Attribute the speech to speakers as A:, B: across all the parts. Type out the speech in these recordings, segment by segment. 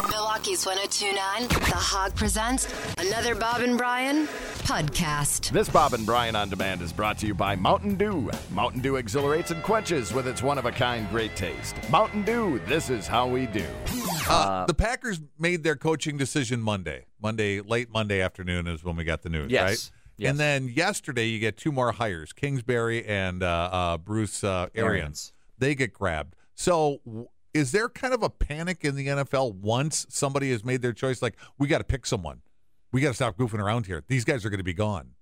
A: Rockies 1029, The Hog presents another Bob and Brian podcast.
B: This Bob and Brian on Demand is brought to you by Mountain Dew. Mountain Dew exhilarates and quenches with its one of a kind great taste. Mountain Dew, this is how we do.
C: Uh, the Packers made their coaching decision Monday. Monday, late Monday afternoon is when we got the news,
D: Yes.
C: right?
D: Yes.
C: And then yesterday, you get two more hires Kingsbury and uh, uh, Bruce uh, Arians.
D: Arians.
C: They get grabbed. So w- is there kind of a panic in the NFL once somebody has made their choice? Like, we got to pick someone. We got to stop goofing around here. These guys are going to be gone.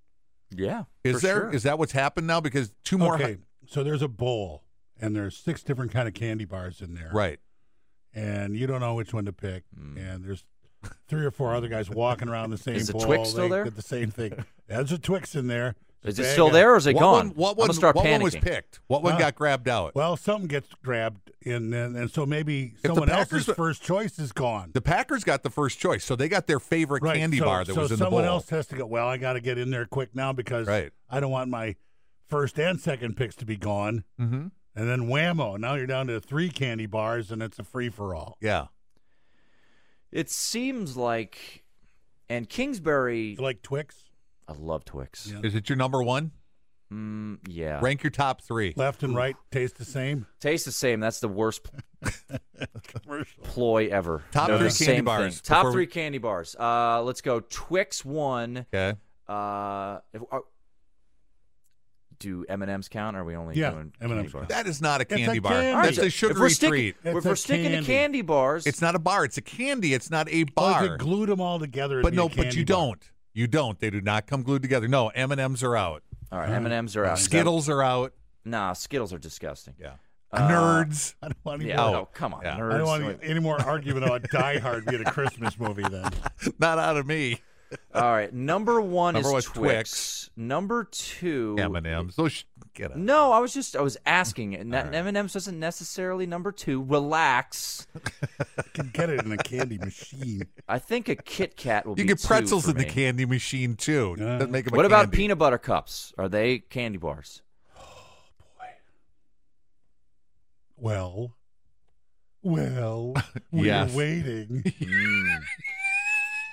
D: Yeah.
C: Is
D: for
C: there? Is
D: sure.
C: that what's happened now? Because two more.
E: okay,
C: hi-
E: so there's a bowl, and there's six different kind of candy bars in there,
C: Right. Mm.
E: And you don't know which one to pick, and there's three or four other guys walking around the same
D: Is the
E: bowl.
D: Twix still
E: they
D: there?
E: Did the same thing. There's a Twix in there.
D: Is
E: Bag
D: it still
E: of-
D: there or is it
C: What
D: gone?
C: One, what
D: I'm
C: one,
D: gonna start
C: what
D: panicking.
C: one was picked? What one
E: Huh.
C: got grabbed out?
E: Well, some gets grabbed, and then and so maybe
C: the
E: someone else's
C: Packers were-
E: first choice is gone.
C: The Packers got the first choice, so they got their favorite
E: right.
C: candy
E: so,
C: bar that
E: so
C: was in the
E: someone
C: bowl.
E: else has to go. Well, I got to get in there quick now because
C: Right.
E: I don't want my first and second picks to be gone.
C: Mm-hmm.
E: And then whammo! Now you're down to three candy bars, and it's a free for all.
C: Yeah,
D: It seems like, and Kingsbury.
E: You like Twix?
D: I love Twix.
E: Yeah.
C: is it your number one?
D: Mm, yeah.
C: Rank your top three.
E: Left and right taste the same.
D: Tastes the same. That's the worst p-
E: Commercial.
D: ploy ever.
C: Top
D: They're
C: three
D: the
C: candy
D: same
C: bars
D: thing. Top
C: before
D: three
C: we-
D: candy bars. Uh, let's go. Twix one.
C: Okay,
D: Uh, if, uh, do M and M's count? Or are we only
E: Yeah,
D: doing
E: M&Ms
D: candy bars?
C: that is not a
E: a
C: candy bar.
E: candy.
C: That's a
D: If
C: sugary
D: we're sticking,
C: treat.
D: If
E: It's
D: we're
E: a
D: sticking
E: candy.
D: to candy bars,
C: It's not a bar. It's a candy. It's not a
E: Well,
C: bar.
E: if you Oh, glued them all together, it'd
C: but
E: be
C: no,
E: a
C: but
E: candy
C: you
E: bar.
C: don't. You don't. They do not come glued together. No, M and M's are out.
D: All right, M and M's are out.
C: Skittles are out.
D: Nah, Skittles are disgusting.
C: Yeah.
D: Uh,
C: Nerds.
E: I don't want any
D: Yeah,
C: Out.
D: no, come on,
C: Yeah. I
D: nerds.
E: I don't want any more argument about Die Hard being a Christmas movie. Then
C: Not out of me.
D: All right, number one
C: Number
D: is
C: one's
D: Twix.
C: Twix.
D: Number two,
C: M and M's. Those sh- get out.
D: No, I was just I was asking, and that M&M's doesn't necessarily number two. Relax.
E: you can get it in a candy machine.
D: I think a Kit Kat will
C: You
D: be
C: get
D: two
C: pretzels
D: for
C: in the
D: me.
C: candy machine too.
E: Yeah.
C: Doesn't make 'em a
D: What about
C: candy.
D: peanut butter cups? Are they candy bars?
E: Well, well, we're
C: Yes.
E: waiting,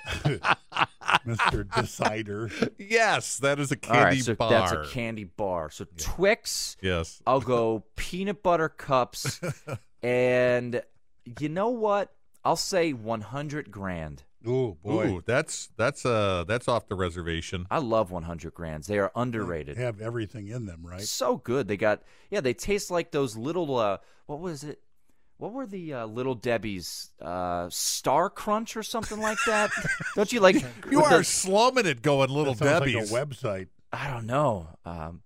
C: Mm.
E: Mister Decider.
C: Yes, that is a candy
D: All right, so
C: bar.
D: that's a candy bar. So Twix,
C: Yes.
D: I'll go peanut butter cups, and you know what? I'll say 100 grand.
E: Ooh Oh, boy,
C: Ooh, that's that's uh that's off the reservation.
D: I love 100 grands. They are underrated.
E: have everything in them, right?
D: So good. They got yeah. They taste like those little uh, what was it? What were the uh, little Debbie's uh, Star Crunch or something like that? Don't you like?
C: You
D: with
C: are
D: the-
C: slumming it, going little
E: That sounds
C: Debbie's.
E: like a website.
D: I don't know. Um,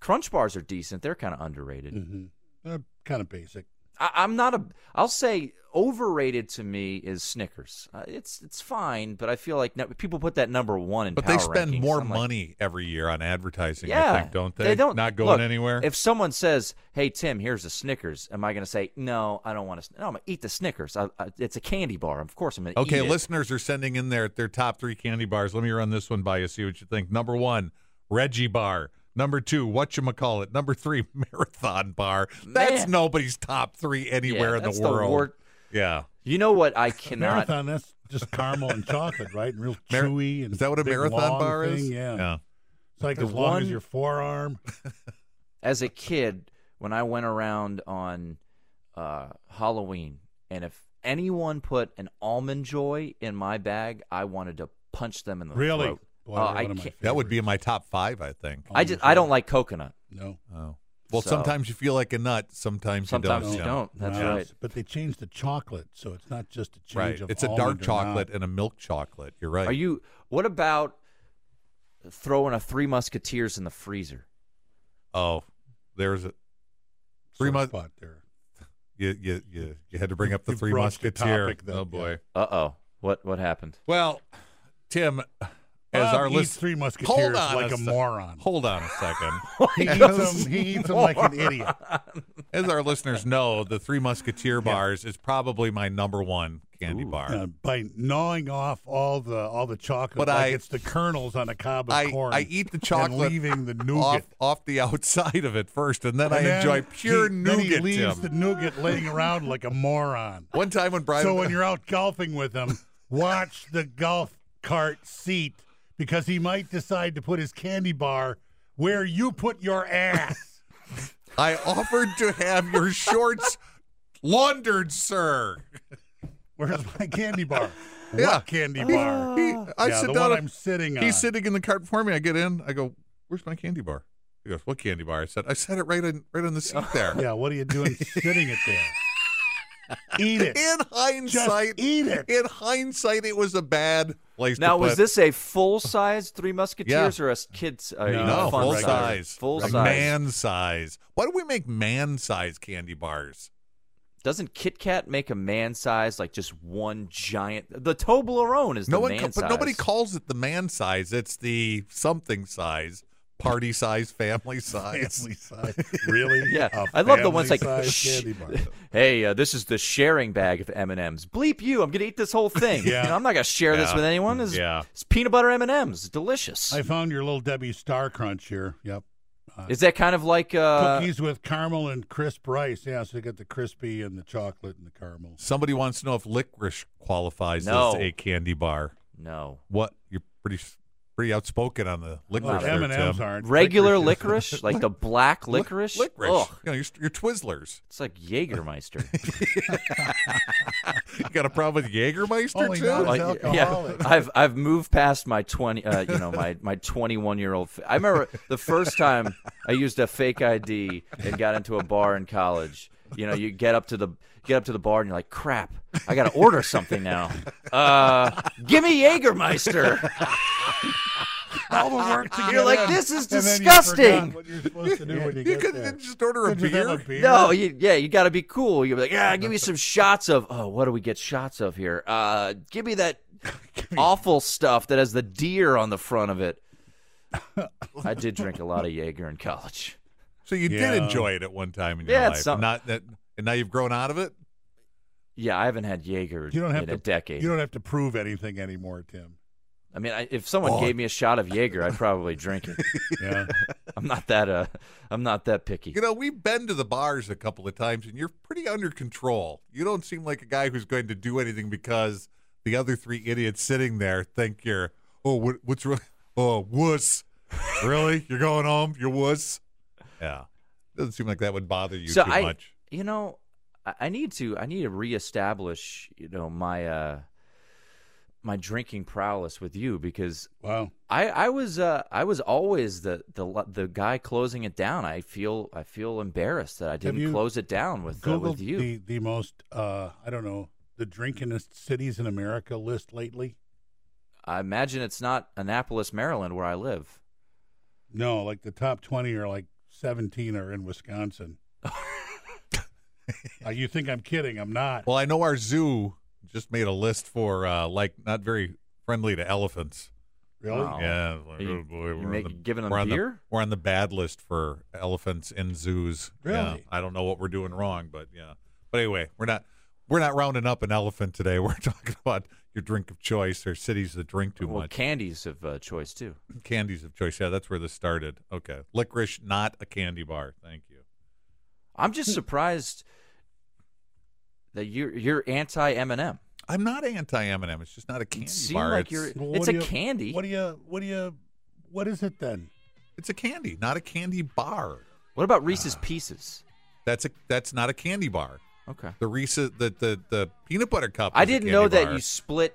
D: crunch bars are decent. They're kind of underrated.
C: Mm-hmm.
E: hmm Uh, kind of basic.
D: I, I'm not a. I'll say overrated to me is Snickers. Uh, it's it's fine, but I feel like no, people put that number one in.
C: but they
D: power
C: spend
D: rankings.
C: more
D: I'm like,
C: money every year on advertising.
D: yeah,
C: I think, don't they?
D: don't
C: Not going
D: look,
C: anywhere.
D: If someone says, "Hey Tim, here's a Snickers," am I going to say, "No, I don't want to"? No, I'm going to eat the Snickers. I, I, it's a candy bar. Of course, I'm going to.
C: okay,
D: eat it.
C: listeners are sending in their their top three candy bars. Let me run this one by you. See what you think. Number one, Reggie bar. Number two, what you call it? Number three, marathon bar. That's
D: Man.
C: nobody's top three
D: Yeah,
C: anywhere in
D: that's
C: the world.
D: wor-
C: yeah,
D: you know what? I cannot.
E: Marathon, that's just caramel and chocolate, right? And real
C: Mar-
E: chewy. And
C: is that what a
E: big,
C: marathon
E: long
C: bar
E: thing.
C: is?
E: Yeah.
C: yeah.
E: It's like
D: There's
E: as long
D: one-
E: as your forearm.
D: as a kid when I went around on uh, Halloween, and if anyone put an almond joy in my bag, I wanted to punch them in the
E: Really?
D: throat.
E: Boy,
D: Oh,
E: they're
D: I
E: one of my
D: can't-
C: That would be in my top five, I think.
D: I just I don't like coconut.
E: Oh, No.
C: Oh. Well,
D: So-
C: sometimes you feel like a nut. Sometimes,
D: Sometimes
C: you
D: you
C: don't.
D: don't. That's
E: No.
D: right.
E: But they changed the chocolate, so it's not just a change
C: Right.
E: of
C: It's a dark
E: almond or
C: chocolate
E: not.
C: and a milk chocolate. You're right.
D: Are you? What about throwing a Three Musketeers in the freezer?
C: Oh, there's a three
E: Sore
C: months.
E: spot there.
C: You, you you you had to bring up the
E: You
C: three
E: broached the
C: musketeer.
E: topic, though,
C: oh boy.
D: Uh oh. What what happened?
C: Well, Tim, as
E: Bob
C: our
E: eats
C: list
E: Three Musketeers
C: Hold on
E: like a
C: sec-
E: moron. Oh,
C: Hold on a second.
E: He eats them. He eats them like an idiot.
C: As our listeners know, the Three Musketeer bars is probably my number one candy bar.
E: Uh, by gnawing off all the all the chocolate,
C: But
E: like
C: I-
E: it's the kernels on a cob of
C: I,
E: corn.
C: I eat the
E: and
C: chocolate
E: leaving the nougat.
C: off, off the outside of it first, and then
E: And
C: I
E: then
C: enjoy pure
E: he,
C: nougat.
E: Then he leaves
C: Tim.
E: the nougat laying around like a moron.
C: One time when Brian,
E: So when you're out golfing with him, watch the golf cart seat because he might decide to put his candy bar where you put your ass.
C: I offered to have your shorts laundered, sir.
E: Where's my candy bar?
C: Yeah.
E: What candy
C: He-
E: bar?
C: he- I
E: yeah,
C: sit
E: the
C: down.
E: one I'm sitting on.
C: he's sitting in the cart before me. I get in. I go, "Where's my candy bar?" He goes, "What candy bar?" I said, "I set it right in, right on the seat there."
E: Yeah, what are you doing sitting it there? Eat it.
C: In hindsight,
E: eat it.
C: In hindsight, it was a bad place.
D: Now,
C: to
D: was
C: put-
D: this a full size Three Musketeers or a s- kid's? Uh, you know,
C: no
D: fun
C: full
D: size?
C: size,
D: Full
C: Like
D: size.
C: man size? Why do we make man size candy bars?
D: Doesn't Kit Kat make a man size like just one giant? The Toblerone is
C: no
D: the
C: one,
D: man
C: ca-
D: size.
C: but nobody calls it the man size. It's the something size, party size, family size.
E: Family size. Really?
D: Yeah,
E: A
D: I love the ones like
E: family-sized
D: "Shh,
E: candy bar.
D: Hey, uh, this is the sharing bag of M and M's. Bleep you! I'm gonna eat this whole thing.
E: Yeah.
D: You know, I'm not gonna share this
C: Yeah.
D: with anyone. This is-
C: Yeah.
D: it's peanut butter M and M's. Delicious.
E: I found your little Debbie Star Crunch here. Yep.
D: is that kind of like uh,
E: Cookies with caramel and crisp rice. Yeah, so you get the crispy and the chocolate and the caramel.
C: Somebody wants to know if licorice qualifies
D: No.
C: as a candy bar.
D: no
C: What you're pretty pretty outspoken on the licorice. there,
E: M and M's
C: Tim.
E: aren't
D: regular
E: Licorice is-
D: licorice, like the black
C: Lic-
D: licorice?
C: licorice.
D: Ugh,
C: You know, your, your Twizzlers.
D: it's like Jägermeister.
C: You got a problem with Jägermeister
E: Only
C: too?
E: not as
C: Like,
E: out-
D: Like, yeah,
E: alcoholic.
D: I've I've moved past my twenty, uh, you know, my my twenty one year old. I remember the first time I used a fake ID and got into a bar in college. You know, you get up to the get up to the bar and you're like, crap, I got to order something now. Uh, give me Jägermeister.
E: All the work to
D: You're
E: get
D: like,
E: in,
D: "This is
E: and then you forgot
D: disgusting."
E: What you're supposed to do when you
C: you
E: get
C: could
E: there.
C: just order a
E: Could you have
C: beer.
E: a beer?
D: No, you, yeah, you got to be cool. You're like, yeah, give me some shots of. Oh, what do we get shots of here? Uh, give me that awful stuff that has the deer on the front of it. I did drink a lot of Jaeger in college.
C: So you
E: Yeah.
C: did enjoy it at one time in your
D: Yeah, it's
C: life.
D: some-
C: Not that, and now you've grown out of it.
D: Yeah, I haven't had Jaeger
E: You don't have
D: in
E: to
D: a decade.
E: You don't have to prove anything anymore, Tim.
D: I mean, I, if someone
C: Oh.
D: gave me a shot of Jaeger, I'd probably drink it.
E: Yeah.
D: I'm not that uh, I'm not that picky.
C: You know, we've been to the bars a couple of times, and you're pretty under control. You don't seem like a guy who's going to do anything because the other three idiots sitting there think you're, oh, what, what's wrong? Oh, wuss. really? You're going home? You're wuss? Yeah. Doesn't seem like that would bother you
D: so
C: too
D: I,
C: much.
D: you know, I, I need to I need to reestablish you know my uh my drinking prowess with you because
E: Wow.
D: I, I was uh, I was always the, the l- the guy closing it down. I feel I feel embarrassed that I
E: you
D: didn't close it down with uh,
E: Google
D: with you.
E: the the most uh, I don't know the drinkingest cities in America list lately.
D: I imagine it's not Annapolis, Maryland, where I live.
E: No, like the top twenty are like seventeen are in Wisconsin. Uh, you think I'm kidding? I'm not.
C: Well, I know our zoo just made a list for, uh, like, not very friendly to elephants.
E: Really?
D: Wow. Oh.
C: Yeah. it's like,
D: Are you-
C: oh, boy,
D: you
C: we're on
D: make-
C: the-
D: giving them
C: we're on the-
D: beer?
C: we're on the bad list for elephants in zoos. Yeah,
E: Really?
C: I don't know what we're doing wrong, but yeah. But anyway, we're not we're not rounding up an elephant today. We're talking about your drink of choice or cities that drink too
D: well,
C: much.
D: candies of uh, choice too.
C: Candies of choice. Yeah, that's where this started. Okay. Licorice, not a candy bar. Thank you.
D: I'm
C: Hmm.
D: just surprised that you're you're anti M and m
C: I'm not anti M&M. It's just not a candy
D: seemed
C: bar.
D: like
C: it's,
D: you're-
E: Well,
D: It's
E: what
D: a
E: do you-
D: candy.
E: What do you? What do you? What is it then?
C: it's a candy, not a candy bar.
D: What about Reese's
C: Ah.
D: Pieces?
C: That's a that's not a candy bar.
D: Okay,
C: The Reese's the the, the peanut butter cup. is
D: I
C: a
D: didn't
C: candy
D: know that
C: bar.
D: you split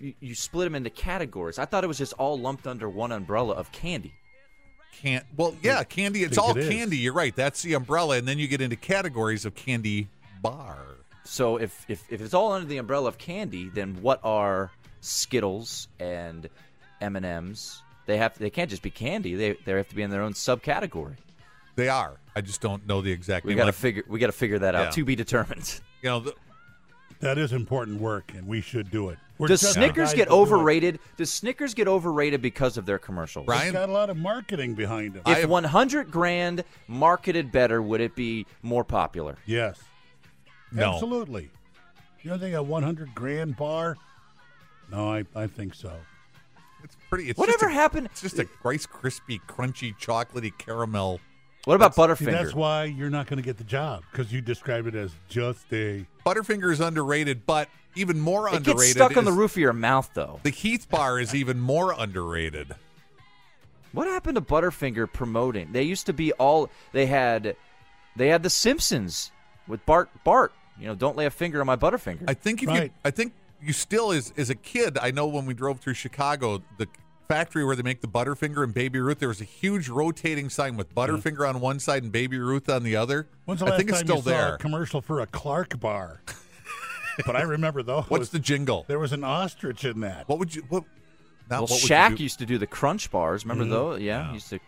D: you, you split them into categories. I thought it was just all lumped under one umbrella of candy.
C: can't well yeah candy it's
E: think
C: all
E: it is.
C: candy you're right that's the umbrella and then you get into categories of candy bar
D: So if, if if it's all under the umbrella of candy, then what are Skittles and M and M's? They have they can't just be candy. They they have to be in their own subcategory.
C: they are i just don't know the exact
D: We
C: name.
D: gotta
C: Like,
D: figure we gotta figure that out
C: Yeah.
D: to be determined.
C: you know the,
E: That is important work, and we should do it. We're
D: Does
E: just the
D: Snickers
E: guys
D: get
E: to do it.
D: overrated? Does Snickers get overrated because of their commercials?
E: It's
C: Brian,
E: got a lot of marketing behind him.
C: I
D: If
C: am-
D: 100 grand marketed better, would it be more popular?
E: yes.
C: No.
E: Absolutely. You don't think a 100 grand bar? No, I, I think so.
C: it's pretty. It's
D: Whatever
C: just a,
D: happened?
C: It's just a Rice crispy, crunchy, chocolatey caramel.
D: What about
E: See,
D: Butterfinger?
E: that's why you're not going to get the job because you describe it as just a.
C: Butterfinger is underrated, but even more
D: it
C: underrated.
D: gets stuck on the
C: is-
D: roof of your mouth, though.
C: The Heath bar is even more underrated.
D: What happened to Butterfinger promoting? They used to be all they had. They had the Simpsons with Bart. Bart, you know, don't lay a finger on my Butterfinger.
C: I think if you,
E: Right.
C: I think you still as as a kid. I know when we drove through Chicago, the factory where they make the Butterfinger and Baby Ruth, there was a huge rotating sign with Butterfinger on one side and Baby Ruth on the other.
E: Mm-hmm. When's the
C: I
E: last
C: think
E: time
C: it's still
E: you saw
C: there.
E: a commercial for a Clark bar? but I remember those.
C: What's the jingle?
E: There was an ostrich in that.
C: What would you? What? Not
D: well,
C: what would you
D: Shaq
C: do- Mm-hmm.
D: used to do the Crunch bars. Remember though? Yeah, he used to